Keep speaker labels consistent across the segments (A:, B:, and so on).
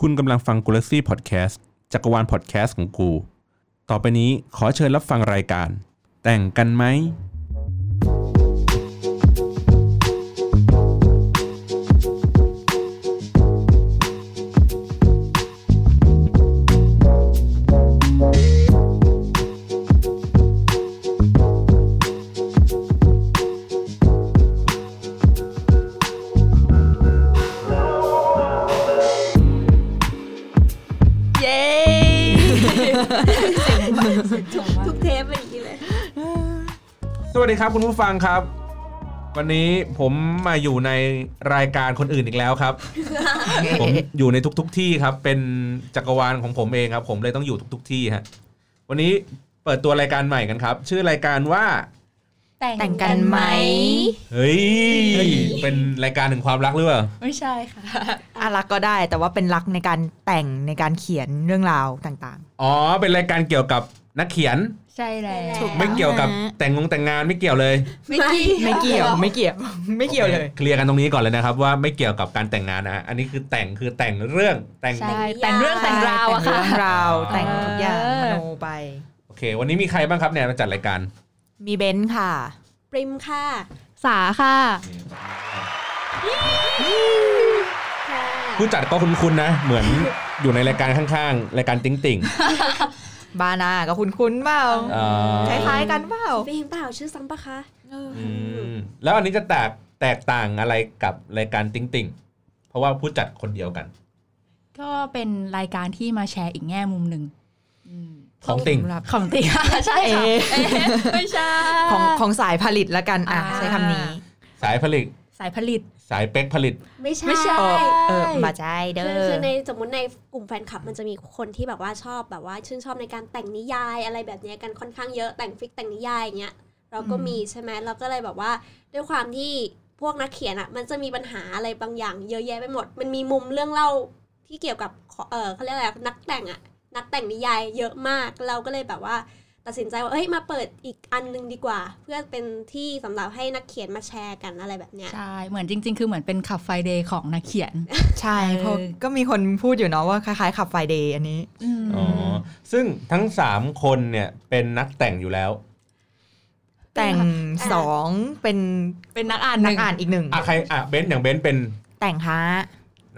A: คุณกำลังฟังกูลักซี่พอดแคสต์จักรวาลพอดแคสต์ของกู ต่อไปนี้ขอเชิญรับฟังรายการ แต่งกันไหม
B: เย้ทุกเทปเป็นอย่างนี้เลย
A: สวัสดีครับคุณผู้ฟังครับ วันนี้ผมมาอยู่ในรายการคนอื่นอีกแล้ว ครับ ผมอยู่ในทุก ๆ ที่ครับ เป็นจักรวาลของผมเองครับ ผมเลยต้องอยู่ทุก ๆ ที่ฮะวันนี้เปิดตัวรายการใหม่กันครับ ชื่อรายการว่า
B: แต่งกันไหม
A: เฮ้ย เป็นรายการถึงความรักหรือเปล่า
B: ไม่ใช่ค่ะ
C: อ่ะรักก็ได้แต่ว่าเป็นรักในการแต่งในการเขียนเรื่องราวต่าง
A: อ๋อ เป็นรายการเกี่ยวกับนักเขียน
B: ใช่แล้ว
D: ถูก
A: ไม่เกี่ยวกับแต่งงงแต่งงานไม่เกี่ยวเลย
B: ไม่เกี่ยว
C: ๆ ไม่เกี่ยวไม่เกี่ยว ไม่เกี่ยวเลย
A: โอเคเคลียร์กันตรงนี้ก่อนเลยนะครับ ว่าไม่เกี่ยวกับการแต่งงานนะฮะอันนี้คือแต่งคือแต่งเรื่องแต่ง
B: ใช่ แต่งเรื่องแต่งราวอะค่ะ
C: แต่งเรื่องราว
A: อ่า
C: แต่งทุกอย่าง
B: เอ
C: ม
B: อ
C: โนไป
A: โอเค วันนี้มีใครบ้างครับเนี่ยมาจัดรายการ
C: มีเบนซ์ค่ะ
D: ปริมค่ะ
B: สาค่ะ
D: ค่ะ
A: ผู้จัดก็คุ้นๆนะ เหมือนอยู่ในรายการข้างๆ รายการติ๊งติ่ง
C: บานากับคุณคุ้นเปล่า
A: เอ่อ
C: คล้ายๆกันเปล่า
D: เพลงเปล่าชื่อซ้ำปะคะ
A: อืมแล้วอันนี้จะแตกแตกต่างอะไรกับรายการติ๊งติ่งเพราะว่าผู้จัดคนเดียวกัน
E: ก็เป็นรายการที่มาแชร์อีกแง่มุมหนึ่งอืม
A: ของติ่ง
E: ของติ่ง ใช่
C: เอ
E: ค่ะ
C: อ
E: เอ๊ะไม่ใช่
C: ของของสายผลิตละกันอ่ะ
E: อ่า
C: ใช้คำนี้
A: สายผลิต
E: สายผลิต
A: สายเป็กผลิต
D: ไม่ใช่
E: ไม่ใช่
C: เออเออมาใจเด้
D: คือ
C: อ
D: คือในสมมติในกลุ่มแฟนคลับมันจะมีคนที่แบบว่าชอบแบบว่าชื่นชอบในการแต่งนิยายอะไรแบบเนี้ยกันค่อนข้างเยอะแต่งฟิกแต่งนิยายอย่างเงี้ยเราก็มีใช่ไหมเราก็เลยแบบว่าด้วยความที่พวกนักเขียนอะมันจะมีปัญหาอะไรบางอย่าง เยอะแยะไปหมด มันมีมุมเรื่องเล่าที่เกี่ยวกับขอเออเขาเรียกอะไรนักแต่งอะนักแต่งนิยายเยอะมากเราก็เลยแบบว่า ตัดสินใจว่าเอ้ยมาเปิดอีกอันหนึงดีกว่า เพื่อเป็นที่สำหรับให้นักเขียนมาแชร์กันอะไรแบบเนี้ย
E: ใช่ เหมือนจริง ๆ คือเหมือนเป็นขับไฟเดย์ของนักเขียน
C: ใช่เพราะก็มีคนพูดอยู่เนาะว่าคล้ายๆขับไฟเดย์อันนี้
E: อืม
A: อ๋อ ซึ่งทั้ง 3 คนเนี่ยเป็นนักแต่งอยู่แล้ว
C: แต่งสองเป็น
E: เป็นนักอ่าน
C: นัก
E: หง
C: อ่านอีกหนึ่ง
A: อ่ะใครอ่ะเบนซ์อย่างเบนซ์เป็น
C: แต่งฮะ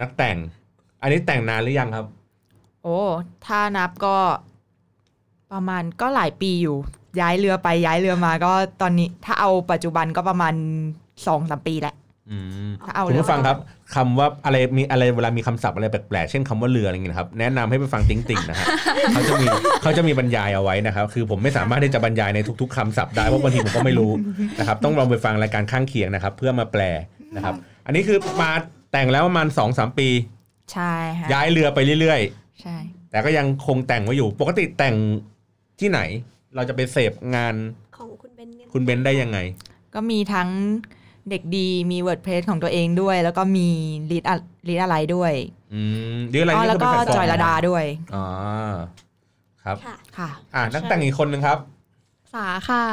A: นักแต่ง อันนี้แต่งนานหรือยังครับ
C: โอ้ ถ้านับก็ประมาณก็หลายปีอยู่ ย้ายเรือไปย้ายเรือมาก็ตอนนี้ ถ้าเอาปัจจุบันก็ประมาณสองสามปีแหละ
A: อืม
C: ถ้าเอา
A: คุณ
C: เรือ
A: ผู้ฟังครับคำว่าอะไรมีอะไรเวลามีคำศัพท์อะไรแปลกๆ เช่นคำว่าเรืออะไรเงี้ยนะครับ แนะนำให้ไปฟังติ๊งติ่ง นะฮะ เขาจะมีเขาจะมีบรรยายเอาไว้นะครับ คือผมไม่สามารถที่จะบรรยายในทุก ๆคำศัพท์ได้เพราะบางทีผมก็ไม่รู้นะครับ ต้องลองไปฟังรายการข้างเคียงนะครับ เพื่อมาแปลนะครับ อันนี้คือมาแต่งแล้วประมาณสองสามปี
C: ใช่ฮะ
A: ย้ายเรือไปเรื่อย ๆ
C: ใช่
A: แต่ก็ยังคงแต่งไว้อยู่ ปกติแต่งที่ไหน เราจะไปเสพงาน
D: ของคุณเบนเนี่ย
A: คุณเบนซ์ได้ยังไง
C: ก็มีทั้งเด็กดีมี WordPress ของตัวเองด้วย แล้วก็มีลิดลิดอะไรด้วย
A: อืมหรืออะไร
C: อ๋อ
A: นี่
C: แล้ว
A: คื
C: ก็
A: เป็นแพฟร์ม
C: จอยระดาด้วย
A: อ๋อครับ
D: ค่ะ
C: ค่ะ
A: อ่ะนักแต่งอีกคนนึงครับ
E: สาค่ะ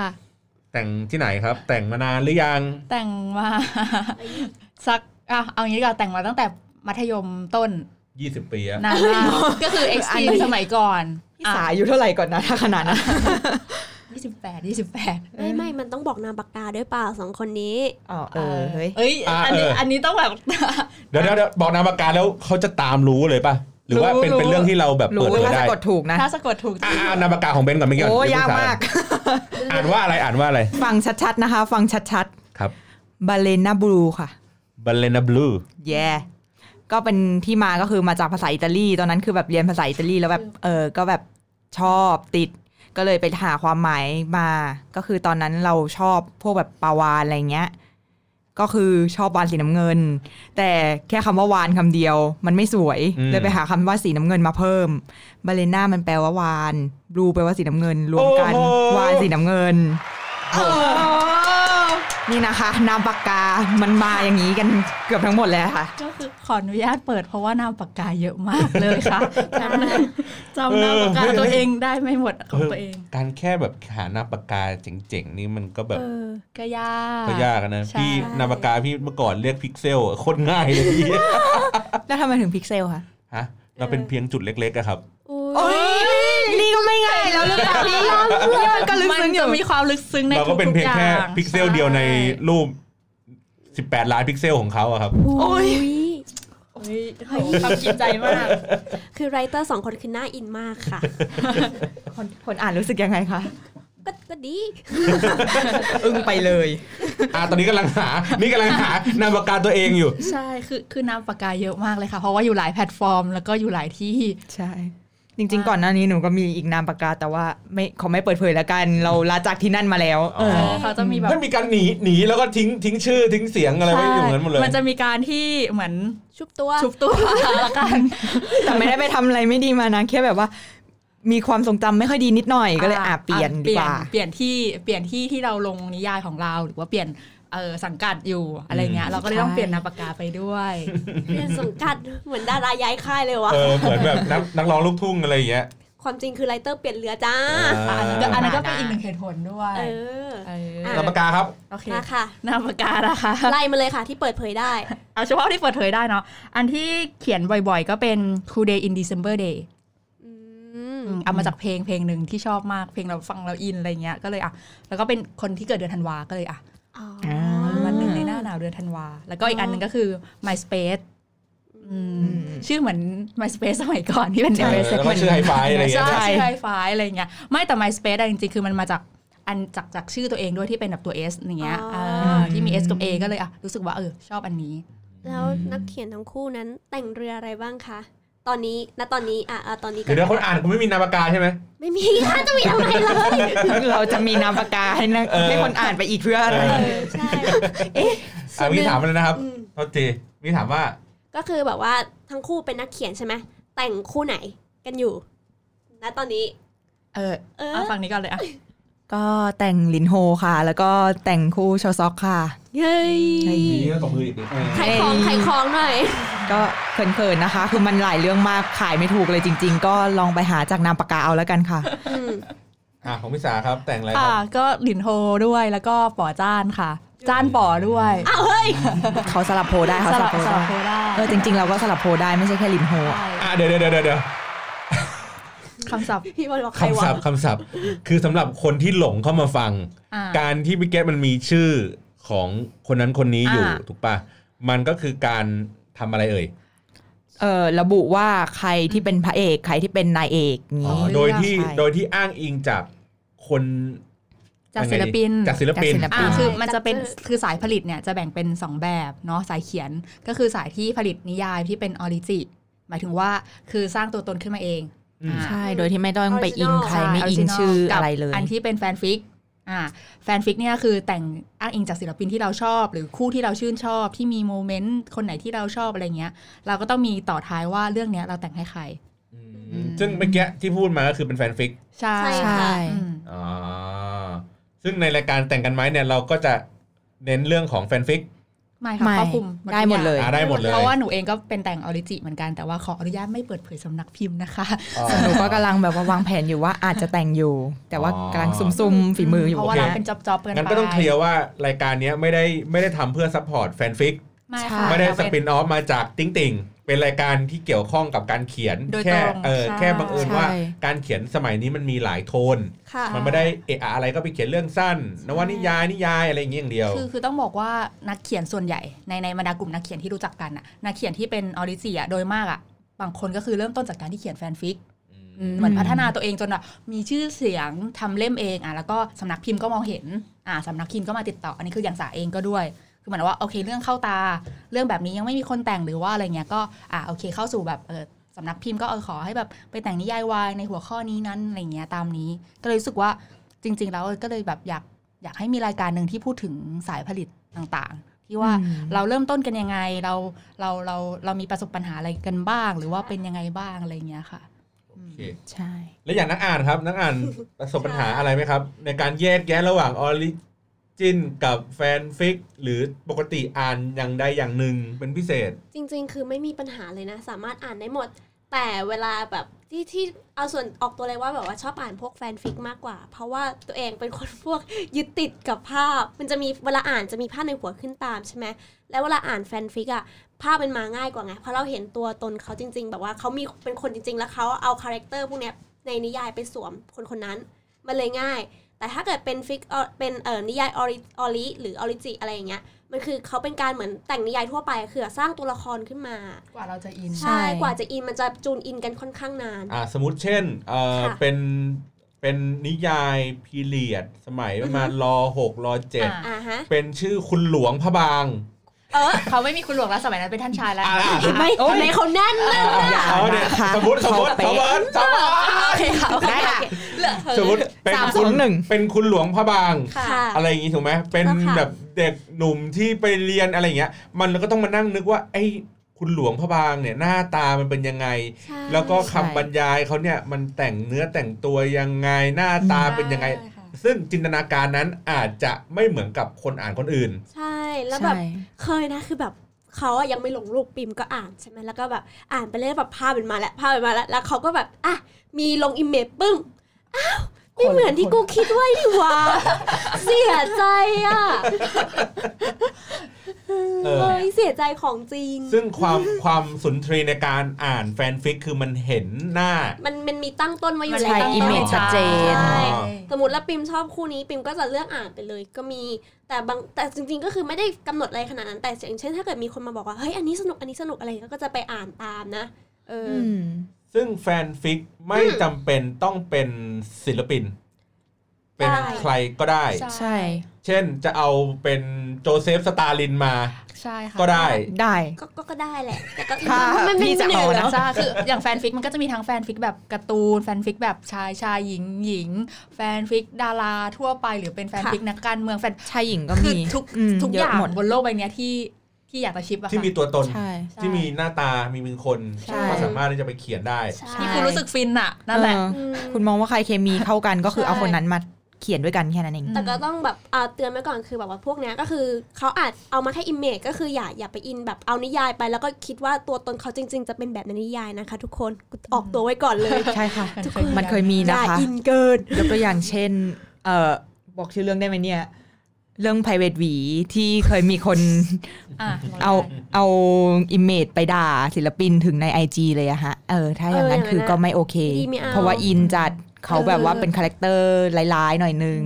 A: แต่งที่ไหนครับ แต่งมานานหรือยัง
E: แต่งมา สักอ่ะเอางี้ดีกว่าแต่งมาตั้งแต่มัธยมต้น
A: 20 ปีอะ
E: นานมากก็คือเอ็กซ์ตรีมสมัยก่อน
C: พี่สาอายู่เท่าไหร่ก่อนนะ ถ้าขนาดนั้น
E: ยี่สิบแปดยี่สิบแปด
D: ไม่ไม่ มันต้องบอกนามปากกาด้วยเปล่าสองคนนี้
C: อ๋อเออเฮ้ย
E: เอ้ย
A: า
E: อันนี้
A: เอออั
E: อันนี้ต้องแบบ
A: เดี๋ยวเดี๋ยวเดี๋ยวบอกนามปากกาแล้วเขาจะตามรู้เลยป่ะ หรือว่าเป็น
E: รู้
A: เป็นเรื่องที่เราแบบ
C: รู้
A: เปิดเผย
C: ว่า
A: ได้
C: สะกดถูกนะ
E: ถ้าสะกดถูก
A: อ่ะอ่ะนามปากกาของเบนซ์ก่อนไม่อกี่
C: โอ้
A: เดี๋วย
C: าก
A: คุณส
C: มาก
A: อ่านว่าอะไรอ่านว่าอะไร
C: ฟังชัดๆนะคะ ฟังชัด
A: ครับ
C: ๆบาเลนาบลูค่ะ
A: บาเลนาบลู
C: แย่ ก็เป็นที่มาก็คือมาจากภาษาอิตาลี ตอนนั้นคือแบบเรียนภาษาอิตาลีแล้วแบบเออ ก็แบบชอบติด ก็เลยไปหาความหมายมา ก็คือตอนนั้นเราชอบพวกแบบปลาวานอะไรเงี้ย ก็คือชอบวานสีน้ำเงิน แต่แค่คำว่าวานคำเดียว มันไม่สวย เลยไปหาคำว่าสีน้ำเงินมาเพิ่ม บาเลน่ามันแปลว่าวาน บลูแปลว่าสีน้ำเงิน รวมกันวานสีน้ำเงิน นี่นะคะนามปากกา มันมาอย่างนี้กันเกือบทั้งหมดเลยค่ะ
E: ก็คือขออนุญาตเปิดเพราะว่านามปากกาเยอะมากเลยค่ะจำนะจำนามปากกาตัวเองได้ไม่หมดของตัวเอง
A: การแค่แบบหานามปากกาเจ๋งๆนี่มันก็แบบ
E: เออก็ยาก
A: ก็ยากอะนะ
E: ใช่
A: พี่นามปากกาพี่เมื่อก่อนเรียกพิกเซลอะโคตรง่ายเลยพี่
C: แล้วทำไมถึงพิกเซลคะ
A: ฮะ เราเป็นเพียงจุดเล็กๆอะครับ
C: โอ้ยนี่ก็ไม่ง่ายแล้วหรือเปล่าพี่นี่มันก็ลึก
E: มัน
C: ซึ้ง
E: จะ
C: อยู่
E: มีความลึกซึ้งใน
A: เราก็เป็น
E: ทุก
A: เพีย
E: ๆ
A: ง
E: อย่า
A: แค่
E: ง
A: พิกเซลเดียวใน
E: ช่
A: รูป 18 ล้านพิกเซลของเขาอะครับ
D: โอ้ย
E: โอ้ยเฮ้ยความจริงใจมาก
D: คือไรเตอร์สองคนคือน่าอินมากค่ะ
C: คนคนอ่านรู้สึกยังไงคะ
D: ก็ก็ดี
C: อึ้งไปเลย
A: อ่าตอนนี้กำลังหา นี่กำลังหานามปากกาตัวเองอยู่
E: ใช่คือคือนามปากกาเยอะมากเลยค่ะ เพราะว่าอยู่หลายแพลตฟอร์ม แล้วก็อยู่หลายที่
C: ใช่ จริง ๆ ก่อนหน้านี้หนูก็มีอีกนามปากกาแต่ว่าไม่ขอไม่เปิดเผยแล้วกัน เราลาจากที่นั่นมาแล้ว
A: อ๋อ
C: เออ
E: เขาจะมีแบบ
A: มันมีการหนีหนีแล้วก็ทิ้งทิ้งชื่อทิ้งเสียงอะไรไว้อยู่เหมือนหมดเลย
E: มันจะมีการที่เหมือน
D: ชุบตัว
E: ชุบตัวละกัน
C: แต่ไม่ได้ไปทำอะไรไม่ดีมานะแค่แบบว่า มีความทรงจำไม่ค่อยดีนิดหน่อยก็เลยอ่ะเปลี่ยนดีกว่า
E: เปลี่ยนที่เปลี่ยนที่ที่เราลงนิยายของเรา หรือว่าเปลี่ยนเออสังกัดอยู่อะไรเงี้ย เราก็เลยต้อง
C: ใช่
E: เปลี่ยนนามปากกาไปด้วย
D: เรียนสังกัดเหมือนดาราย้ายค่ายเลยวะ
A: เออเหมือนแบบนักนักร้องลูกทุ่งอะไรอย่างเงี้ย
D: ความจริงคือไรเตอร์เปลี่ยนเรือจ้า
A: อ่า
E: อันนั้นก็อันนั้นก็เป็นอีกหนึ่งเหตุผลด้วย
D: เออ
E: เออ
D: อ่ะ
A: นามปากกาครับ
E: โอเค
D: มาค่ะ
E: นามปากกานะคะ
D: ไล่มาเลยค่ะที่เปิดเผยได้
E: เอาเฉพาะที่เปิดเผยได้เนาะ อันที่เขียนบ่อยๆ ก็เป็น Cool Day in December Day
D: อืม
E: อืมเอามาจากเพลงเพลงหนึ่งที่ชอบมากเพลงเราฟังเราอินอะไรเงี้ยก็เลยอ่ะแล้วก็เป็นคนที่เกิดเดือนธันวาก็เลยอ่ะ
D: อ๋อ
E: วันหนึ่งในหน้าหนาวเดือนธันวา แล้วก็อีกอันหนึ่งก็คือ MySpace อืม
C: อืม
E: ชื่อเหมือน MySpace สมัยก่อนที่เป็น MSN
A: แล้วก็ชื่อ Hi-Fi อะไรเงี้ย
E: ใช่ชื่อไฮไฟอะไรเงี้ยไม่แต่ MySpace อะจริงๆ คือมันมาจากอันจากจากชื่อตัวเองด้วยที่เป็นแบบตัว S อย่างเงี้ยเออที่มี S กับ A ก็เลยอ่ะรู้สึกว่าเออชอบอันนี้
D: แล้วนักเขียนทั้งคู่นั้นแต่งเรืออะไรบ้างคะ ตอนนี้ณตอนนี้อ่ะอ่ะตอนนี้ก็
A: เดี๋ยวเดี๋ยวคนอ่านคุณไม่มีนามปากกาใช่ไหม
D: ไม่มี ค่ะจะมีทำไมล่ะ
C: เราจะมีนามปากกาให้นะ
A: เออ
C: ให้คนอ่านไปอีกเพื่ออะไร
A: เ
D: เออใช่
A: อ่ามีถามมาเลยนะครับ
D: อืม
A: โทษทีมีถามว่า
D: ก็คือแบบว่าทั้งคู่เป็นนักเขียนใช่ไหมแต่งคู่ไหนกันอยู่ณตอนนี้
E: เออ
D: เออ
E: เอาฝั่งนี้ก่อนเลยอ่ะ
C: ก็แต่งลินโฮค่ะ แล้วก็แต่งคู่ชอซอกค่ะ
D: เย้ย
A: นี่ก็ตบมืออีกนิดนึง
D: ขายของขายของหน่อย
C: ก็เขินๆนะคะ คือมันหลายเรื่องมากขายไม่ถูกเลยจริง ๆ ก็ลองไปหาจากนามปากกาเอาแล้วกันค่ะ
D: อืม
A: อ่ะของพี่สาครับแต่งอะไรค
E: ค่ะ
A: รับ
E: ก็หลินโฮด้วยแล้วก็ป๋อจ้านค่ะ จ้านป๋อด้วย
D: อ้าวเฮ้ย
C: เขาสลับโพลได้เขาสลับโพลได้เออจริง ๆ เราก็สลับโพลได้ไม่ใช่แค่ลินโฮอะ
A: อ่ะเดี๋ยวเดี๋ยวเดี๋ยวเดี๋ยว
E: คำศัพท์
D: พี่บอลบอกใครวะ
A: คำศัพท์คำศัพท์ คือสำหรับคนที่หลงเข้ามาฟัง
E: อ่า
A: การที่วิกเก็ตมันมีชื่อของคนนั้นคนนี้อยู่
E: อ่า
A: ถูกปะมันก็คือการทำอะไรเอ่ย
C: เออระบุว่าใครที่เป็นพระเอก ใครที่เป็นนายเอกนี้
E: เลือก
A: โดยที่
C: ใช่
A: โดยที่อ้างอิงจากคน
E: จาก
A: ยังไง
E: ศิลปิน
A: ดีจากศิลปิน
C: จากศิลปิ
E: อ่า
D: ใช่
E: คือมันจะเป็น
D: จัดชื่อ
E: คือสายผลิตเนี่ยจะแบ่งเป็น 2 แบบเนาะสายเขียนก็คือสายที่ผลิตนิยายที่เป็นออริจิหมายถึงว่าคือสร้างตัวตนขึ้นมาเอง
A: อืม
E: อ่า
C: ใช่ โดยที่ไม่ต้องไปอิง
D: Original
C: ใครไม่อิง
E: original
C: ชื่อ
E: กับ
C: อะไรเลย
E: อันที่เป็นแฟนฟิกอ่าแฟนฟิกเนี่ยคือแต่งอ้างอิงจากศิลปินที่เราชอบ หรือคู่ที่เราชื่นชอบที่มีโมเมนต์คนไหนที่เราชอบอะไรเงี้ย เราก็ต้องมีต่อท้ายว่าเรื่องเนี้ยเราแต่งให้ใคร
A: อืมซึ่งเมื่อกี้ที่พูดมาก็คือเป็นแฟนฟิก
E: ใช่
D: ใช่
C: ใช่
E: อืม
A: อ๋อซึ่งในรายการแต่งกันไหมเนี่ยเราก็จะเน้นเรื่องของแฟนฟิก
E: ไม่ค่ะ
C: ไม่
E: ครอบคลุม
C: ได้หมดเลย
A: อ่าได้หมดเลย
E: เพราะว่าหนูเองก็เป็นแต่งออริจิเหมือนกันแต่ว่าขออนุญาตไม่เปิดเผยสำนักพิมพ์นะคะ
A: อ๋อ
C: หนูก็กำลังแบบว่าวางแผนอยู่ว่าอาจจะแต่งอยู่ แต่ว่า
A: อ๋อ
C: กำลังซุ่มๆฝีมืออยู่
E: เพราะว่า
A: โอเค
E: เราเป็นจ็อบจอบๆเกินไป
A: งั้นก็ต้องเคลียร์ว่ารายการเนี้ยไม่ได้ไม่ได้ทำเพื่อซัพพอร์ตแฟนฟิก
E: ไม่ค่ะ
A: ไม่ได้
E: เรา
A: ส
E: เป็น
A: ปินออฟมาจากติ้งติ่งเป็นรายการที่เกี่ยวข้องกับการเขียน
E: โดยตรง
A: แค่เออ
E: ใช่
A: แค่บังเอิญว่าการเขียนสมัยนี้มันมีหลายโทน
D: ค่ะ
A: มันไม่ได้เอะอะอะไรก็ไปเขียนเรื่องสั้น นวนิยายนิยายอะไรอย่างเงี้ยอย่างเดียว
E: คือคือต้องบอกว่านักเขียนส่วนใหญ่ในในบรรดากลุ่มนักเขียนที่รู้จักกันน่ะนักเขียนที่เป็นออริจิอะโดยมากอะบางคนก็คือเริ่มต้นจากการที่เขียนแฟนฟิกอืมเหมือนพัฒนาตัวเองจนแบบมีชื่อเสียงทำเล่มเองอ่ะแล้วก็สำนักพิมพ์ก็มองเห็นอ่าสำนักพิมพ์ก็มาติดต่ออันนี้คืออย่างสาเองก็ด้วย คือเหมือนว่าโอเคเรื่องเข้าตา เรื่องแบบนี้ยังไม่มีคนแต่งหรือว่าอะไรเงี้ยก็อ่าโอเคเข้าสู่แบบเออสำนักพิมพ์ก็เออขอให้แบบไปแต่งนิยายวายในหัวข้อนี้นั้นอะไรเงี้ยตามนี้ ก็เลยรู้สึกว่าจริง ๆ แล้วก็เลยแบบอยาก อยากให้มีรายการหนึ่งที่พูดถึงสายผลิตต่างๆ ที่ว่า
C: อืม
E: เราเริ่มต้นกันยังไงเราเราเราเรามีประสบปัญหาอะไรกันบ้าง หรือว่าเป็นยังไงบ้างอะไรอย่างเงี้ยค่ะ
A: โอเค
C: ใช่
A: แล้วอย่างนักอ่านครับนักอ่านประสบปัญหาอะไรไหมครับ ในการแยกแยะระหว่างออริจินกับแฟนฟิก หรือปกติอ่านอย่างใดอย่างหนึ่งเป็นพิเศษ
D: จริงๆ คือไม่มีปัญหาเลยนะ สามารถอ่านได้หมด แต่เวลาแบบที่ที่เอาส่วนออกตัวเลยว่าแบบว่าชอบอ่านพวกแฟนฟิกมากกว่า เพราะว่าตัวเองเป็นคนพวกยึดติดกับภาพ มันจะมีเวลาอ่านจะมีภาพในหัวขึ้นตามใช่ไหมแล้วเวลาอ่านแฟนฟิกอ่ะ ภาพมันมาง่ายกว่าไง เพราะเราเห็นตัวตนเขาจริง ๆ แบบว่าเขามีเป็นคนจริง ๆ แล้วเขาเอาคาแรคเตอร์พวกเนี้ยในนิยายไปสวมคนคนนั้น มันเลยง่าย แต่ถ้าเกิดเป็นฟิกเอ่อเป็นเอ่อนิยายออริออริหรือออริจิอะไรอย่างเงี้ย มันคือเขาเป็นการเหมือนแต่งนิยายทั่วไปคือสร้างตัวละครขึ้นมา
E: กว่าเราจะอิน
C: ใช่
D: ใช่ กว่าจะอินมันจะจูนอินกันค่อนข้างนาน
A: อ่าสมมติเช่นเอ่อ
D: ค่ะ
A: เป็นเป็นนิยายพีเรียด สมัยประมาณรอหกรอเจ็ด
E: อ่ะ
D: อ่าฮะ
A: เป็นชื่อคุณหลวงพระบาง
D: เออ
E: เขาไม่มีคุณหลวงแล้วสมัยนั้นเป็นท่านชายแล้ว
A: อ่าอ่า
D: ไม่
C: โอ๊ย
D: ทำไมเขาแน่นมาก
C: อย่า
A: เอาเนี่ย
C: นะคะ
A: สมมติสมมติสมมติสมมติ
E: โอเคค่ะ
C: ได้ค่ะ
A: สมมติเป็น
C: สาม
A: คุณ
C: สองหนึ่ง
A: เป็นคุณหลวงพระบาง
D: ค่ะ
A: อะไรอย่างงี้ถูกไหมเป็น
D: แล้วค่ะ
A: แบบเด็กหนุ่มที่ไปเรียนอะไรอย่างเงี้ย มันก็ต้องมานั่งนึกว่าไอ้คุณหลวงพระบางเนี่ยหน้าตามันเป็นยังไง
D: ใช่
A: แล้วก็
C: ใช่
A: คำบรรยายเขาเนี่ยมันแต่งเนื้อแต่งตัวยังไงหน้าตาเป็นยังไง ซึ่งจินตนาการนั้นอาจจะไม่เหมือนกับคนอ่านคนอื่น
D: ใช่ แล้วแบบ
C: ใช่
D: เคยนะคือแบบเขาอะยังไม่ลงรูปปิมก็อ่านใช่ไหมแล้วก็แบบอ่านไปเรื่อยแบบภาพมันมาแล้วภาพมันมาแล้วแล้วเขาก็แบบอ่ะมีลงอิมเมจปึ้งอ้าวไม่เหมือนที่กูคิดไว้นี่หว่า เสียใจอ่ะ
A: เออ
D: เฮ้ยเสียใจของจริง
A: ซึ่งความความสุนทรีในการอ่านแฟนฟิกคือมันเห็นหน้า
D: มันมันมีตั้งต้นไว้อยู่
C: ใช่
D: แล้ว
C: อิมเมจชัดเจน
D: ใช่
A: อ๋อ
D: สมมติแล้วปิมชอบคู่นี้ปิมก็จะเลือกอ่านไปเลยก็มีแต่บางแต่จริงๆก็คือไม่ได้กำหนดอะไรขนาดนั้นแต่อย่างเช่นถ้าเกิดมีคนมาบอกว่าเฮ้ยอันนี้สนุกอันนี้สนุกอะไรก็จะไปอ่านตามนะ เออ
C: อื
D: อ
C: ม
A: ซึ่งแฟนฟิกไม่จำเป็นต้องเป็นศิลปิน เป็น
D: ได้
A: ใครก็ได้
C: ใช่
A: เช่นจะเอาเป็นโจเซฟสตาลินมา
E: ใช่ค่ะ
A: ก็ได้
C: ได้
D: ก็ก็ก็ได้แหละ แต่ก็
C: ค่ะ
D: มันเป็
C: พี่
D: น
C: จะ
D: หนึ่
C: เอา
D: ง
C: นะ
E: ใช่คืออย่างแฟนฟิกมันก็จะมีทั้งแฟนฟิกแบบการ์ตูนแฟนฟิกแบบชายชายหญิงหญิง แฟนฟิกดาราทั่วไปหรือเป็นแฟนฟิกนักการเมืองแฟน
C: ชายหญิงก็
E: คือ
C: มี
E: ทุก
C: ม
E: ทุก
C: เะ
E: อย่าง
C: หมด
E: บนโลกใบเนี้ยที่ที่อยากจะชิปอะ
A: ที่
E: ค่ะ
A: มีตัวตน
C: ใช่
E: ใช่
A: ที่มีหน้าตามีมือคน
C: ใช่
A: ก็สามารถที่จะไปเขียนได้
D: ใช่
E: ที่คุณรู้สึกฟินอะนั่นแหละ
C: เออ
D: อืม
C: คุณมองว่าใครเคมีเข้ากันก็คือ
D: ใช่
C: เอาคนนั้นมาเขียนด้วยกันแค่นั้นเอง
E: อืม
D: แต่ก็ต้องแบบเอ่อเตือนไว้ก่อนคือแบบว่าพวกเนี้ยก็คือเขาอาจเอามาแค่อิมเมจก็คืออย่าอย่าไปอินแบบเอานิยายไป แล้วก็คิดว่าตัวตนเขาจริง ๆ จะเป็นแบบในนิยายนะคะ ทุกคนกูออกตัวไว้ก่อนเลย
C: ใช่ค่ะ
E: มันเคยมี
C: มันเคยมี
D: อ
C: นะ
D: ย่า
C: คะ
D: อินเกิน
C: ยกตัวอย่างเช่น เอ่อ บอกชื่อเรื่องได้ไหมเนี่ย เรื่อง private หวีที่เคยมีคน
E: อ่ะ
C: เอาเอาอิมเมจไปด่าศิลปินถึงใน IG เลยอะฮะ เออ ถ้าอย่างนั้น
D: เอออย่างนั้น
C: คือก็ไม่โอเค
D: ดีไม่เอา
C: เพราะว่าอินจัดเขาแบบว่าเป็นคาแรคเตอร์ร้ายๆ หน่อยนึง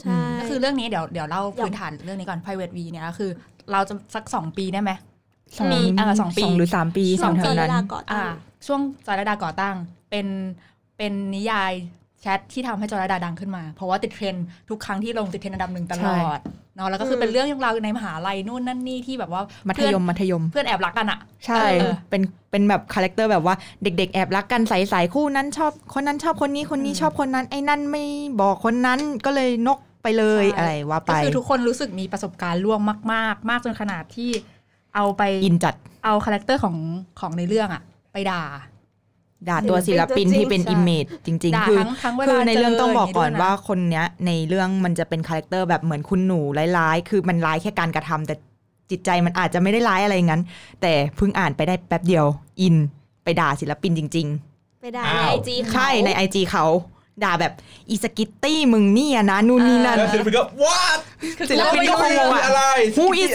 D: ใช่
E: ก็คือเรื่องนี้เดี๋ยวเดี๋ยวเล่าพื้นฐานเรื่องนี้ก่อน private v เนี่ยก็คือ เราจะสัก 2 ปีได้ไหม
C: สอง
E: มีอ่าสองปี
C: หรือสามปี
D: ช่วง
C: สองเท่า
D: เว
C: นั้น
D: ลาก่อตั้
E: อ่าง ช่วงจอยระดาก่อตั้งเป็นเป็นนิยายแชทที่ทำให้จอยระดาดังขึ้นมา เพราะว่าติดเทรนด์ทุกครั้งที่ลงติดเทรนด์อันดับหนึ่งตลอดเนาะแล้วก็คือเป็นเรื่องราวในมหาลัยนู่นนั่นนี่ที่แบบว่า
C: มัธ
E: เพื่อน
C: ยมมัธยม
E: เพื่อนแอบรักกันอะ
C: ใช่
E: เออ
C: เป็นเป็นแบบคาแรคเตอร์แบบว่าเด็ก ๆ แอบรักกันใสๆคู่นั้นชอบคนนั้นชอบคนนี้คนนี้ชอบคนนั้น ไอ้นั่นไม่บอกคนนั้นก็เลยนกไปเลย
E: ใช่
C: อะไรว่าไป
E: ก็คือทุกคนรู้สึกมีประสบการณ์ร่วมมาก ๆ มากจนขนาดที่เอาไป
C: อินจัด
E: เอาคาแรคเตอร์ของของในเรื่องอะไปด่า
C: ด่าตัวศิลปินที่เป็น
D: ใช่
C: อิมเมจจริง
E: ด่า
C: ๆ คือ
E: ทั้งทั้งเวลา
C: คือในเรื่อง
E: จ
C: ต้องบอกก่อน
E: ย่งด้ยะ
C: ว่าคนเนี้ยในเรื่องมันจะเป็นคาแรคเตอร์แบบเหมือนคุณหนูร้ายๆคือมันร้ายแค่การกระทำแต่จิตใจมันอาจจะไม่ได้ร้ายอะไรงั้น แต่เพิ่งอ่านไปได้แป๊บเดียวอินไปด่าศิลปินจริง ๆ
D: ไปได้
A: อ้าว
D: ในไอจีเขา
C: ใช่ในไอจีเขาด่าแบบอีสกิตตี้มึงเนี่ยนะนู่นนี่นั่น
E: เอ
A: แล้ว
E: อ
A: ศิลปินก็ว้า
C: ศิลปินก็คงงงอะ
A: อะไร
C: Who is Kitty?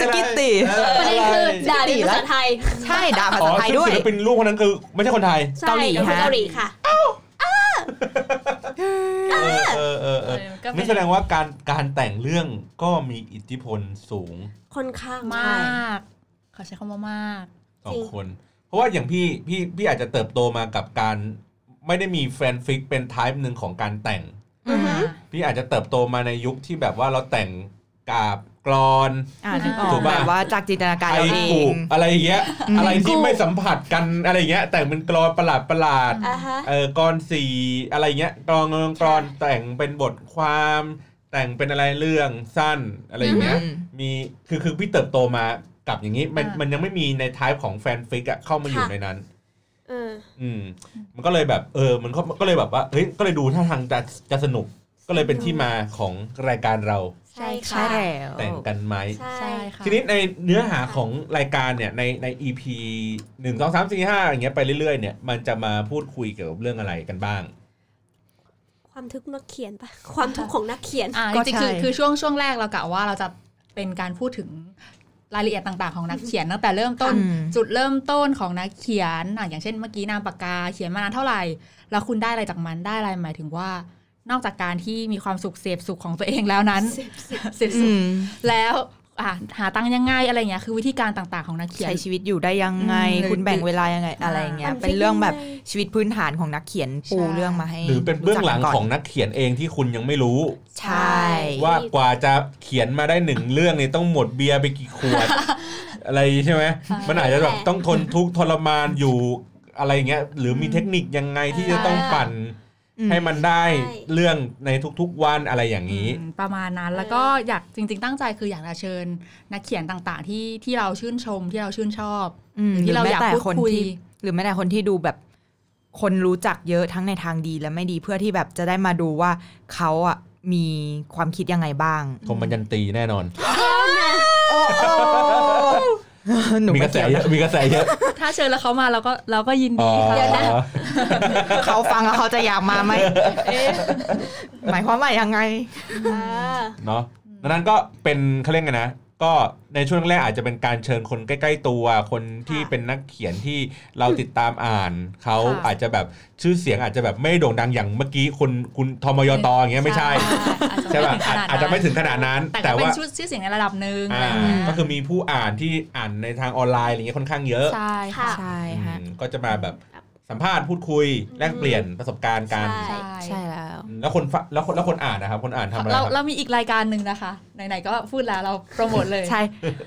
D: ประเด็นคือด่าเป็นภาษาไทย
C: ใช่ด่าภาษาไทยด้วย
A: ศิลปินลูกคนนั้นคือไม่ใช่คนไทย
D: ใช่
C: เกาหลี
D: ก็คือ
C: ฮะ
D: เกาหลีค่ะ
A: เออเออเออเออ
E: เออก็เป็น
A: นี่แสดงว่าการการแต่งเรื่องก็มีอิทธิพลสูง
D: ค่อนข้าง
E: ม
D: ใช่
E: ากเขาใช้คำว่ามาก
A: ต่อ
D: จริง
A: คน เพราะว่าอย่างพี่พี่พี่อาจจะเติบโตมากับการไม่ได้มีแฟนฟิกเป็นไทป์หนึ่งของการแต่ง
D: อือฮึ
A: พี่อาจจะเติบโตมาในยุคที่แบบว่าเราแต่งกาบกรอน
C: อ่านึกออ
A: ถู
C: ก
A: กปะ
C: แบบว่าจากจินตนาการ
A: ไอ
C: เราเอ
A: กู
C: ง
A: กอะไรอย่างเงี้ย
C: อืม
A: อะไรที่ไม่สัมผัสกันอะไรอย่างเงี้ย แต่งเป็นกรอนประหลาดประหลาด
D: อ่าฮะ
A: เออกรอนสีอะไรเงี้ยกรอนกรอนกรอนแต่งเป็นบทความ แต่งเป็นอะไรเรื่องสั้นอะไรอย่างเงี้ย
C: อืม
A: มีคือคือพี่เติบโตมากับอย่างนี้ มัน
E: อ่ามั
A: มันยังไม่มีในทายของแฟนฟิกอะเข้ามาอยู่
D: ค่ะ
A: ในนั้น
D: เออ
A: อืม มันก็เลยแบบเออ มันก็ก็เลยแบบว่าเฮ้ยก็เลยดูท่าทางจะจะสนุก ก็เลยเป็นที่มาของรายการเรา
D: ใช่
C: ใช่
D: ค่ะ
C: แล้ว
A: แต่งกันไหม
D: ใช่
E: ใช่ค่ะ
A: ทีนี้ในเนื้อหาของรายการเนี่ยในใน EP หนึ่งสองสามสี่ห้าอย่างเงี้ยไปเรื่อยๆเนี่ยมันจะมาพูดคุยเกี่ยวกับเรื่องอะไรกันบ้าง
D: ความทุกข์นักเขียนปะความทุกข์ของนักเขียน
E: อ่าจริงๆคือคือช่วงช่วงแรกเรากะว่าเราจะเป็นการพูดถึง รายละเอียดต่างๆของนักเขียนตั้งแต่เริ่มต้น
C: อืม
E: จุดเริ่มต้นของนักเขียนอ่ะอย่างเช่นเมื่อกี้นามปากกาเขียนมานานเท่าไหร่ แล้วคุณได้อะไรจากมันได้อะไรหมายถึงว่า นอกจากการที่มีความสุขเสพสุขของตัวเองแล้วนั้นเสพสุ
C: อื
E: ข
C: ม
E: แล้วอ่ะหาตังค์ยังไงอะไรเงี้ยคือวิธีการต่างๆของนักเขียน
C: ใช้ชีวิตอยู่ได้ยังไง
E: อืม
C: คุณแบ่งเวลายังไง
E: อ่า
C: อะไรอย่างเงี้ย
D: มัน
C: เป็นเรื่องแบบ
D: เป็นยังไง
C: ชีวิตพื้นฐานของนักเขียนปู
E: ใช่
C: เรื่องมาให้
A: หรือเป็นเบื้องหลัง
C: รู้จักกันก่น
A: ของนักเขียนเองที่คุณยังไม่รู้
C: ใช่
A: ว่ากว่าจะเขียนมาได้หนึ่งเรื่องนี่ต้องหมดเบียร์ไปกี่ขวด อะไรใช่ไหมมันอาจจะแบบต้องทนทุกข์ทรมานอยู่อะไรอย่างเงี้ยหรือมีเทคนิคยังไงที่จะต้องปั่น
C: อืม
A: ให้มันได้
D: ใช่
A: เรื่องในทุกๆวันอะไรอย่างนี้
E: อืมประมาณนั้นแล้วก็อยากจริง ๆ ตั้งใจคืออยากจะเชิญนักเขียนต่างๆ ที่ที่เราชื่นชมที่เราชื่นชอบ
C: อืม
E: หรือที่เราอยาก
C: แม้แต่
E: พูด
C: คน
E: คุย
C: ที่หรือแม้แต่คนที่ดูแบบคนรู้จักเยอะทั้งในทางดีและไม่ดีเพื่อที่แบบจะได้มาดูว่าเขาอ่ะมีความคิดยังไงบ้าง
A: คมบรรยันตีแน่นอน
C: โอ้โอ้หนู
A: มีก
C: ไม่
A: ระแส
C: เกี่ยว
A: เยอะมีกระแสเยอะ
E: ถ้าเชิญแล้วเขามาเราก็เราก็ยิน
A: อ๋
E: ดี
A: อ
E: ค่ะ
C: เขาฟังแล้วเขาจะอยากมาไหมเอ๊ะหมายความว่ายังไง
D: อ่า
A: เนาะดังนั้นก็เป็นเขาเรียกไงนะ ก็ในช่วงแรกอาจจะเป็นการเชิญคนใกล้ ๆ ตัวคนที่
D: ค่ะ
A: เป็นนักเขียนที่เราติดตามอ่าน เขา
E: ค่ะ
A: อาจจะแบบชื่อเสียงอาจจะแบบไม่โด่งดังอย่างเมื่อกี้คุณคุณทมยตอย่างเงี้ยไม่ใช่ ใช่ป่ะอาจอาจจะไม่ถึงขนาดนั้น
E: แต่ก็
A: แต่
E: เป็น
A: ว่า
E: ชื่อชื่อเสียงในระดับหนึ่งอะไร
A: อ่า
E: อย่างเงี้ย
A: ก็คือมีผู้อ่านที่อ่านในทางออนไลน์อะไรเงี้ยค่อนข้างเยอะ
E: ใช่
D: ค่ะ
E: ค่ะ
C: ใช่ฮะ
A: อืมก็จะมาแบบสัมภาษณ์พูดคุยแลกเปลี่ยนประสบการณ์กัน
D: ใช่
C: ใช่แล้ว
A: อืมแล้วคนฟังแล้วคนแล้วคนอ่านนะครับ คนอ่านทำอะไร
E: เรา
A: ครับ
E: เรามีอีกรายการหนึ่งนะคะ ไหนๆก็พูดแล้วเราโปรโมทเลย
C: ใช่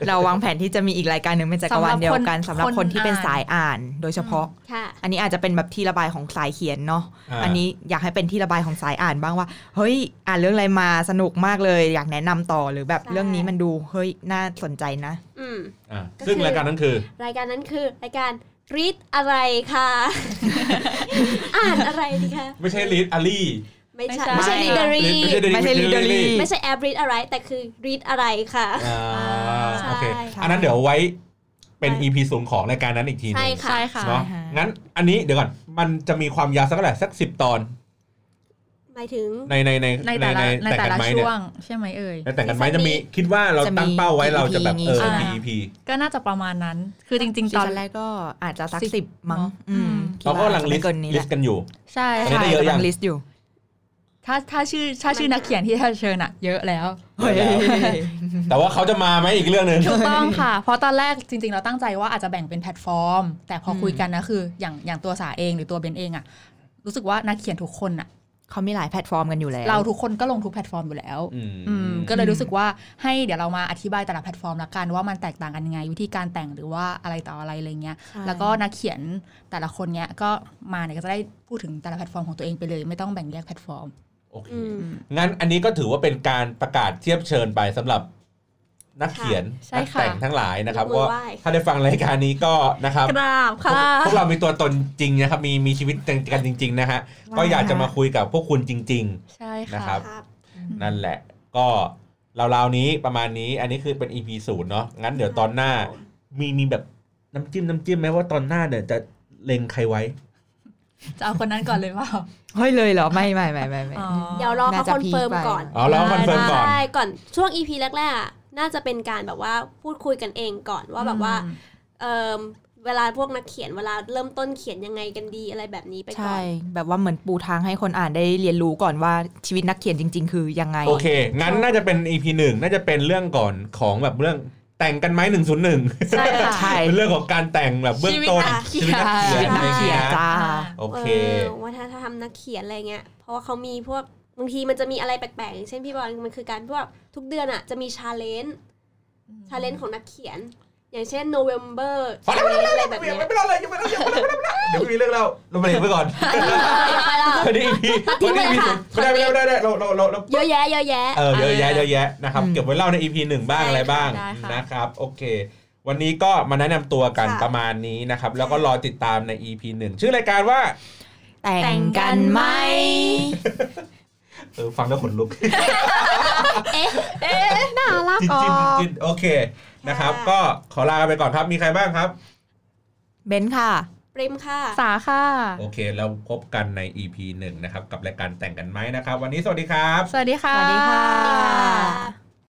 C: เราวางแผนที่จะมีอีกรายการหนึ่งเป็นจักรวาลเดียวกันสำ
E: สำ
C: ห
E: หรับคน
C: รับคนที่เป็น
E: คนอ่าน
C: สายอ่านโดยเฉพาะ
D: ค่ะ
C: อันนี้อาจจะเป็นแบบที่ระบายของสายเขียนเนาะ
A: า
C: อันนี้อยากให้เป็นที่ระบายของสายอ่านบ้างว่า เฮ้ย อ่านเรื่องอะไรมาสนุกมากเลยอยากแนะนำต่อหรือแบบ
D: ใช่
C: เรื่องนี้มันดูเฮ้ยน่าสนใจนะ
D: อืม
A: อ่า
D: ก็คือ
A: ซึ่งรายการนั้นคือ
D: รายการนั้นคือรายการรีดอะไรค่ะ อ่านอะไรดีคะ
A: ไม่ใช่ลีดอารี่
D: ไม่ใช่
E: ไม่
D: ไม่
E: ใช่
D: ใช่รีดอะไร
A: ไม่ใช่ Read-
C: ไม่ใช่ Read
A: Read
C: Diary
A: Diary
D: ไม่ใช่แอปรีดอะไรแต่คือรีดอะไรค่ะ
A: อ่า
D: ใช่
A: โอเค
C: ใช่
A: อันนั้นเดี๋ยวไว้เป็น
D: ใช่
A: EP สูงของรายการนั้นอีกทีหนึ
D: ใช่
A: ง
D: ค่ะ
E: ค่ะ
A: เนาะ
C: ใช่ค่ะ
A: งั้นอันนี้เดี๋ยวก่อนมันจะมีความยาวสักเท่าไหร่สักสิบตอน
D: หมายถึง
A: ในในใน
E: ในแต่ละในแต่ละ
A: ไหม
E: ช่
A: เนี่ยว
E: งใช่ไหมเอ่ย
A: ในแต่งกันไหมจะมีคิดว่าเรา
C: จะมี
A: ตั้งเป้าไว้เราจะแบบเออ
C: กี่
A: มี
E: EP
A: EP
E: ก็น่าจะประมาณนั้น คือจริง
C: ซี
E: ๆ ตอน
C: ซั่นแรกก็อาจจะสัก
E: สิ
C: สิบบ มั้ง
E: เนาะ
C: อืม
E: อืม
A: เราก็กำลังลิ
C: ไม่
A: ส
C: เกินนี้แหละ
A: ต์กันอยู่
E: ใช่
A: ตอนนี้ได้เยอะยัง
C: กำลังลิสต์อยู่
E: ถ้าถ้าชื่อถ้าชื่อนักเขียนที่จะเชิญอ่ะ เยอะแล้ว
A: เฮ้ย แต่ว่าเขาจะมาไหมอีกเรื่องหนึ่ง
E: ถูกต้องค่ะ เพราะตอนแรกจริง ๆ เราตั้งใจว่าอาจจะแบ่งเป็นแพลตฟอร์ม แต่พอคุยกันนะคืออย่างอย่างตัวสาเองหรือตัวเบนเองอะรู้สึกว่านักเขียนทุกคนอะ
C: เขามีหลายแพลตฟอร์มกันอยู่แล้ว
E: เราทุกคนก็ลงทุกแพลตฟอร์มอยู่แล้ว
A: อืม
E: อืมก็เลยรู้สึกว่าให้เดี๋ยวเรามาอธิบายแต่ละแพลตฟอร์มละกันว่ามันแตกต่างกันยังไง วิธีการแต่งหรือว่าอะไรต่ออะไรอะไรเงี้ย แล้วก็นักเขียนแต่ละคนเนี้ยก็มาเนี่ยก็จะได้พูดถึงแต่ละแพลตฟอร์มของตัวเองไปเลย ไม่ต้องแบ่งแยกแพลตฟอร์ม
A: โอเค
D: อืม
A: งั้นอันนี้ก็ถือว่าเป็นการประกาศเทียบเชิญไปสำหรับนักเขียน
E: ใช่
A: นั
E: ค่ะ
A: แต่งทั้งหลายนะครับ
D: ยกมื
A: ก็
D: อไหว้
A: ถ้าได้ฟังรายการนี้ก็นะครับ
E: กราบค่ะ
A: พวกเรามีตัวตนจริงนะครับมีมีชีวิตกันจริง ๆ นะฮะก็อยากจะมาคุยกับพวกคุณจริง
E: ใช่
A: นะค
E: ค่ะ
A: รับ
D: ครับ
A: ๆ นั่นแหละ ก็ราวๆนี้ประมาณนี้อันนี้คือเป็น EP ศูนย์เนาะงั้นเดี๋ยวตอนหน้า มีมีแบบน้ำจิ้มน้ำจิ้มไหมว่าตอนหน้าเดี๋ยวจะเล็งใครไว้
E: จะเอาคนนั้นก่อนเลยเปล่า
C: เฮ้ยเลยเหรอไม่ไม่ไม่ไม่ไม่
E: อ๋อ
D: เดี๋ยวรอเขา
C: จะ
D: คอนเฟิร์ม
C: พีไป
D: ก่อน
A: อ๋อเราก็คอนเฟิร์มก่อน
D: ใช่ก่อนช่วง EP แรกๆอะน่าจะเป็นการแบบว่าพูดคุยกันเองก่อนว่าแบบว่า เอมเวลาพวกนักเขียนเวลาเริ่มต้นเขียนยังไงกันดีอะไรแบบนี้ไปก่อ
C: ใช่
D: น
C: แบบว่าเหมือนปูทางให้คนอ่านได้เรียนรู้ก่อนว่าชีวิตนักเขียนจริง ๆ คือยังไง
A: โอเค งั้นน่าจะเป็น EP หนึ่งน่าจะเป็นเรื่องก่อนของแบบเรื่องแต่งกันไหมหนึ่งศูนย์หนึ่ง
E: ใช่ค่ะ
C: ใช่
A: เป็นเรื่องของการแต่งแบบเบื้องต้น
E: ชีวิตนักเขียน
C: นักเขียน
A: อะไรอางงี้นะ
C: จ้า
A: โอ
D: เอ
A: เค
D: อวัฒนธรรมนักเขียนอะไรเงี้ย เพราะว่าเขามีพวกบางทีมันจะมีอะไรแปลกๆอย่างเช่นพี่บอลมันคือการพวกทุกเดือนอ่ะจะมีชาเลนจ์ชาเลนจ์ของนักเขียน อย่างเช่น November
A: พอแล้ว
D: challenge อะไรแบบ
A: ไม่
D: เนี้ย
A: เป็นไรยังไม่เล่ายังไม่เล่าเดี๋ยวไม่มีเรื่องเล่าเราไปเรียนไปก่อน
D: ไปแล้ว
A: วันนี้ EP วันนี้ EP ไม่ได้ไม่ได้ไม่ได้ไม่ได้เราเราเราเรา
D: เยอะแยะเยอะแยะ
A: เออเยอะแยะเยอะแยะนะครับ
C: อืม
A: เก็บไว้เล่าใน EP หนึ่งบ้าง
D: ใช่ค่ะ
A: อะไรบ้าง
E: ได้ค่ะ
A: นะครับ โอเค วันนี้ก็มาแนะนำตัวกัน
D: ค่ะ
A: ประมาณนี้นะครับ แล้วก็รอติดตามใน EP หนึ่งชื่อรายการว่า
C: แต่งกันไหม
A: เออฟังแล้วขนลุก
D: เอ๊ะ
C: น่ารัก
A: จิน
C: ออ
A: จิน
C: ก
A: จินโอเคนะครับ
D: ค่ะ
A: ก็ขอลากันไปก่อนครับมีใครบ้างครับ
C: เบนซ์ค่ะ
D: เปรมค่ะ
E: สาค่ะ
A: โอเค เราพบกันใน EP หนึ่งนะครับ กับรายการแต่งกันไหมนะครับ วันนี้สวัสดีครับ
E: สวัสดีค่ะ
C: สวัสดีค่ะ
D: สวัสดีค่ะ